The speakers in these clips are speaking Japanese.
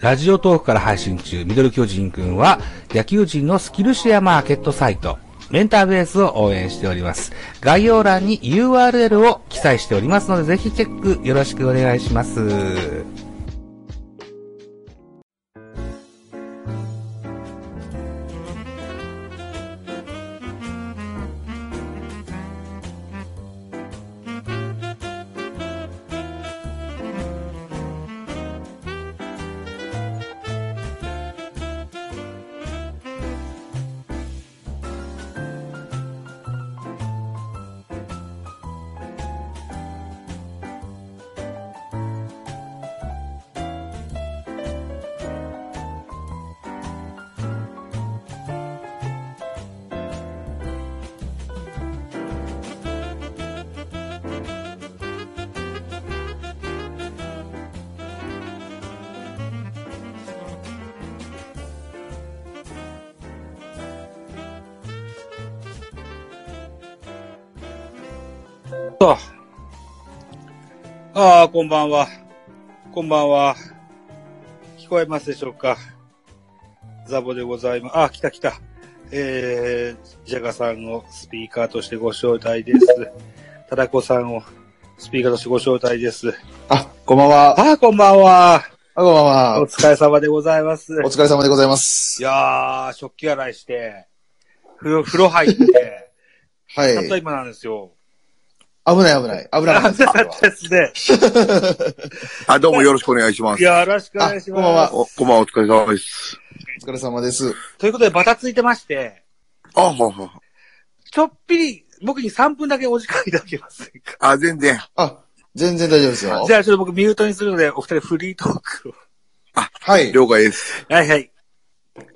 ラジオトークから配信中、ミドル巨人くんは、野球人のスキルシェアマーケットサイト、メンターベースを応援しております。概要欄に URL を記載しておりますので、ぜひチェックよろしくお願いします。と。ああ、こんばんは。こんばんは。聞こえますでしょうかザボでございます。あ、来た来た。えー、ジャガさんをスピーカーとしてご招待です。タダコさんをスピーカーとしてご招待です。あ、こんばんは。ああ、こんばんは。あ、こんばおんは。疲れ様でございます。お疲れ様でございまいす。やー、食器洗いして、風呂、風呂入って、たはっい。と危ない今なんですよ。 危ない。危なかったあそうですね。あ、どうもよろしくお願いしまいす。やよろしくお願いしあこんばんまはす。お、こんばんは、お疲れ様です。お疲れ様です。ということで、バタついてまして、あ、はは。ちょっぴり、僕に3分だけお時間いただけませんか。あ、全然。あ、全然大丈夫ですよじ。ゃあ、ちょっと僕ミュートにするので、お二人フリートー クを。はい。了解です。はいはい。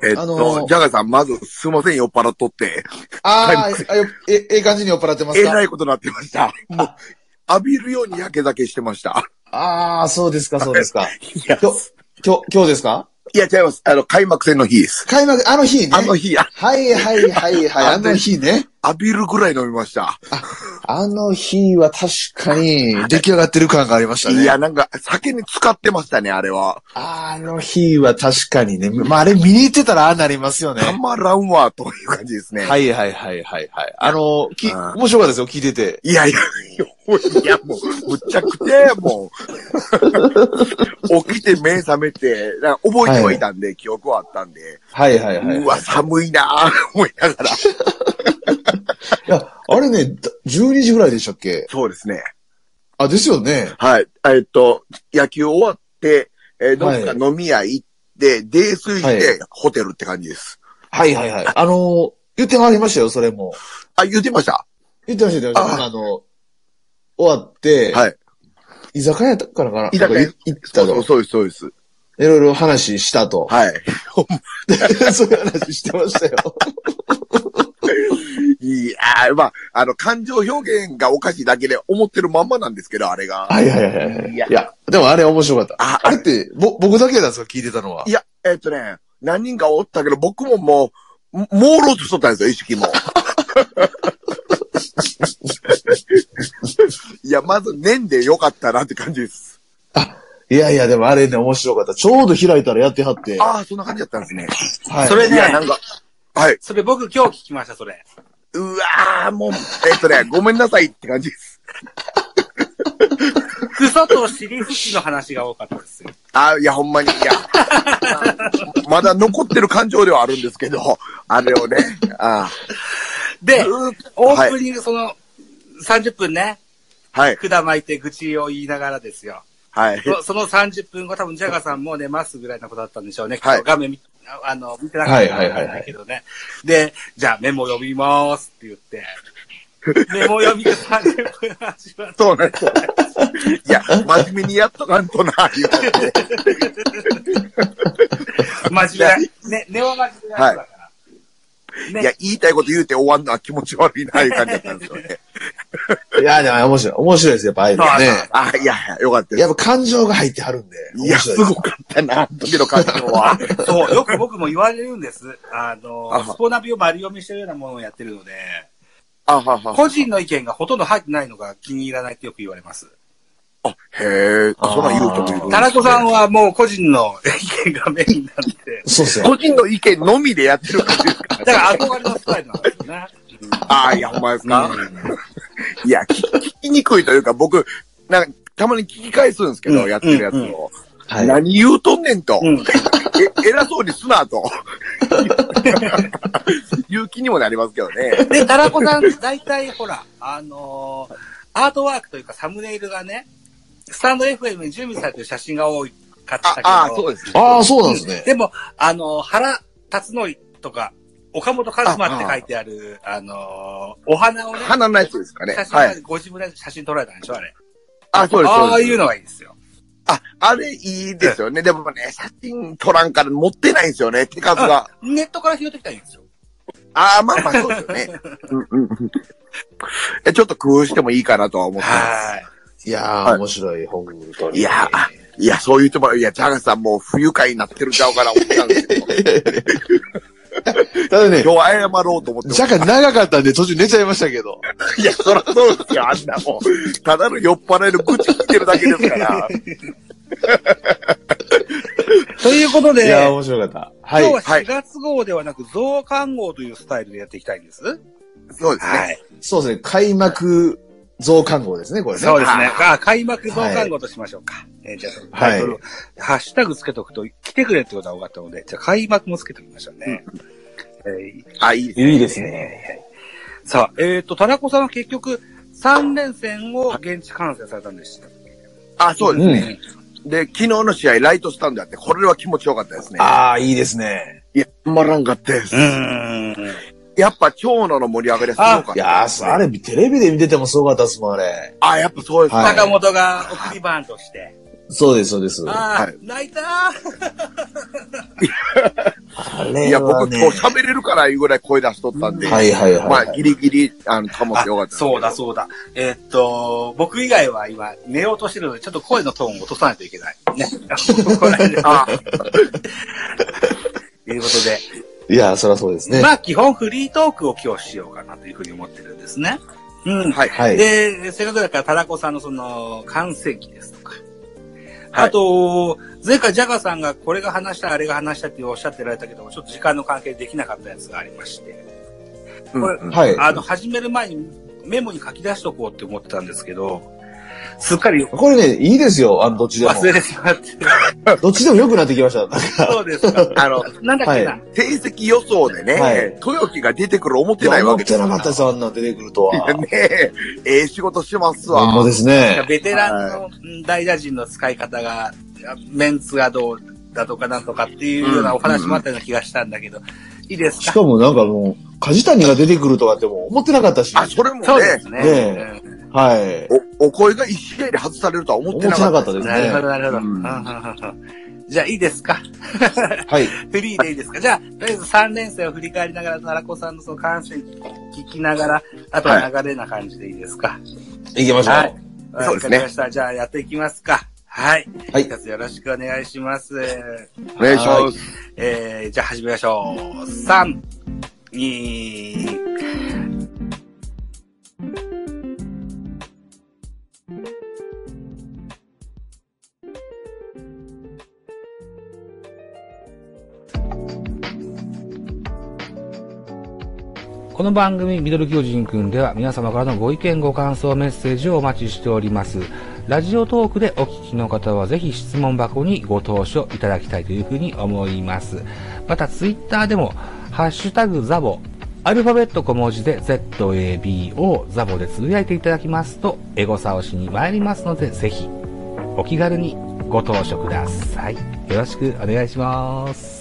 えっと、あのージャガさん、まず、すいません、酔っ払っとって。あーあ、よえ、ええ感じに酔っ払ってまえすらかいことになってました。もう、浴びるように焼け酒してました。ああ、そうですか、そうですか。いや、今日、今日、今日ですかいや、違います。あの、開幕戦の日です。開幕、あの日ね。あの日、あはいはいはいはい、あの日ね。浴びるぐらい飲みました。あの日は確かに出来上がってる感がありましたね。いや、なんか、酒に使ってましたね、あれは。あの日は確かにね。まあ、あれ見に行ってたらああなりますよね。たまらんわ、という感じですね。はいはいはいはいはい。あの、き、あー面白かったですよ、聞いてて。いやいや、いや、もう、むっちゃくちゃや、もう。起きて目覚めて、なんか覚えてはいたんで、記憶はあったんで、はいはいはい。うわ、寒いなぁ、思いながら。いや、あれね、だ12時ぐらいでしたっけそうですね。あ、ですよね。はい。えっと、野球終わって、えーどっはかい飲み屋行って、泥酔はして、ホテルって感じです。はいはいはい。あのー、言ってはりましたよ、それも。あ、言ってました言ってました、言ってました。あなんかあの、終わって、はい。居酒屋からかな居酒屋なんかい行ったそうそと。うそうです、そうです。いろいろ話したと。はい。 そういう話してましたよ。いやーまあ、あの、感情表現がおかしいだけで思ってるまんまなんですけど、あれが。はいはいはいはい。いいやや、でもあれ面白かった。ああれって、ぼ、僕だけなんですか聞いてたのは。いや、えっ、とね、何人かおったけど、僕ももう、も朦朧としとったんですよ、意識も。いや、まず、年でよかったなって感じです。いやいや、でもあれね、面白かった。ちょうど開いたらやってはって。ああ、そんな感じだったんですね。はい。それいや、なね、んか、はい。それ僕今日聞きました、それ。うわー、もう、えっ、とね、ごめんなさいって感じです。クソと尻拭きの話が多かったですよ。ああ、いや、ほんまに、いや、 まだ残ってる感情ではあるんですけど、あれをね、あで、オープニング、その、30分ね、あ、はい、管巻いて愚痴を言いながらですよ。はい。 そその30分後、多分ジャガさんも寝ますぐらいなことだったんでしょうね。はい画面見ああの見てなかったかもしれないけどね。で、じゃあメモ読みますって言って、メモ読みが30分始まっそうなんですよね。いや、真面目にやっとかんとな、言うて。て、真面目な、ね、根は真面目な人だから。ねいや、言いたいこと言うて終わんのは気持ち悪いな、いう感じだったんですよ ね。いや、でも面白い。面白いですよ、やっぱああいうのそうそうね。あ、いや、よかったでやす。っぱ感情が入ってはるんで。いや、面白すですごかったな、時の感情は。そう、よく僕も言われるんです。あの、あはスポナビを丸読みしてるようなものをやってるので、あはは。個人の意見がほとんど入ってないのが気に入らないってよく言われます。あ、へえ、そんなん言う人もいるですねタラコさんはもう個人の意見がメインにな って、そうっすよ。個人の意見のみでやってる感じですかだから憧れのスタイルなんですよね。ああ、いや、ほんまですか、いや、聞聞きにくいというか、僕、なんか、たまに聞き返すんですけど、うんやってるやつを。うんはい。何言うとんねんと。うん。え、偉そうにすなと。 いう気にもなりますけどね。で、タラコさん、大体ほら、あのーアートワークというかサムネイルがね、スタンド FM に準備されてる写真が多かったあけど、あー、そうです。ああ、そうなんですね。でも、あのー原辰徳とか、岡本和馬って書いてある、あのーお花をね、花のやつですかね。写真、はい。ご自分で写真撮られたんでしょ、あれ。あ、そうです。ああそういですうのがいいですよ。あ、あれいいですよね。でもね、写真撮らんから持ってないんですよね、手数が。ネットから拾ってきたらいいんですよ。ああ、まあまあ、そうですよね。うんうんうんえちょっと工夫してもいいかなとは思ってます。はい。いやー、はい面白い、本当に。いやーいや、そういうとも、いや、ジャガさんもう不愉快になってるんちゃうかな、思ったんですけど、ただね、今日謝ろうと思ってます。若干長かったんで途中寝ちゃいましたけど。いや、そらそうですよ、あんなもん。ただの酔っ払いの愚痴聞いてるだけですから。ということで、いやー、面白かった。はい。今日は4月号ではなく増刊号というスタイルでやっていきたいんです。そうですね。い。そうですね、開幕増刊号ですね、これね。そうですね。はあ開幕増刊号としましょうか。えーじゃあ、タイトル、はハッシュタグつけとくと、来てくれってことが分かったので、じゃあ開幕もつけてみましょうね。えあ、いいですね。いいですーね。さあ、えっ、と、田中さんは結局、3連戦を現地観戦されたんでした。あ、そうですね。で、昨日の試合、ライトスタンドやって、これは気持ちよかったですね。ああ、いいですね。いや、たまらんかったです。うん。やっぱ、長野の盛り上がりはすごかった。いやー、あれ、テレビで見ててもすごかったっすもん、あれ。あ、やっぱそうですね。はい坂本が送りバントして。そうです、そうです。あああ、はい泣いたーれいや、僕、こはうね。喋れるからいうぐらい声出しとったんで、はいはいはい。まあ、ギリギリ、あの、保ってよかった。そうだそうだ。えーっと、僕以外は今寝ようとしてるので、ちょっと声のトーンを落とさないといけない。 ね。怒られるあということで、いやー、そりゃそうですね。まあ基本フリートークを今日しようかなというふうに思ってるんですね。うん。はい。はい。で、せっかくだから、タラコさんのその、完成期ですとか。はいあと、前回ジャガーさんがこれが話した、あれが話したっておっしゃってられたけど、ちょっと時間の関係でできなかったやつがありまして。うんこれうんはい。あの、始める前にメモに書き出しとこうって思ってたんですけど、すっかりこれね、いいですよ。あの、どっちでも。忘れてしまって。どっちでも良くなってきました。そうですか。あの、なんだっけな。は成績予想でね、はい豊木が出てくる思ってない思わっけでてすなかったです、あんなん出てくるとは。ねえ、ええ仕事してますわ。ほんまですね。ベテランのうん大打陣の使い方が、メンツがどうだとかなんとかっていうようなお話もあったような気がしたんだけど、いいですしかかもなんかもう、梶谷が出てくるとかってもう思ってなかったし。あ、それもそうでね、すね。ねはい。お、お声が一試合で外されるとは思っ思っててななかかった。ったうでんすなるほど、ね。なるほど。ううんんうんうんうんじゃあ、いいですかはい。フリーでいいですかじゃあ、とりあえず3連戦を振り返りながら、奈良子さんのその感性聞きながら、あとは流れな感じでいいですか行きましょう。はいんそうですねわかりました。じゃあ、やっていきますか。はい。はい一つよろしくお願いします。お願いします。えー、じゃあ始めましょう。3、2、この番組、ミドル巨人くんでは皆様からのご意見、ご感想、メッセージをお待ちしております。ラジオトークでお聞きの方はぜひ質問箱にご投書いただきたいというふうに思います。また、ツイッターでも、ハッシュタグザボ、アルファベット小文字で ZABO ザボでつぶやいていただきますと、エゴサをしに参りますので、ぜひ、お気軽にご投書ください。よろしくお願いします。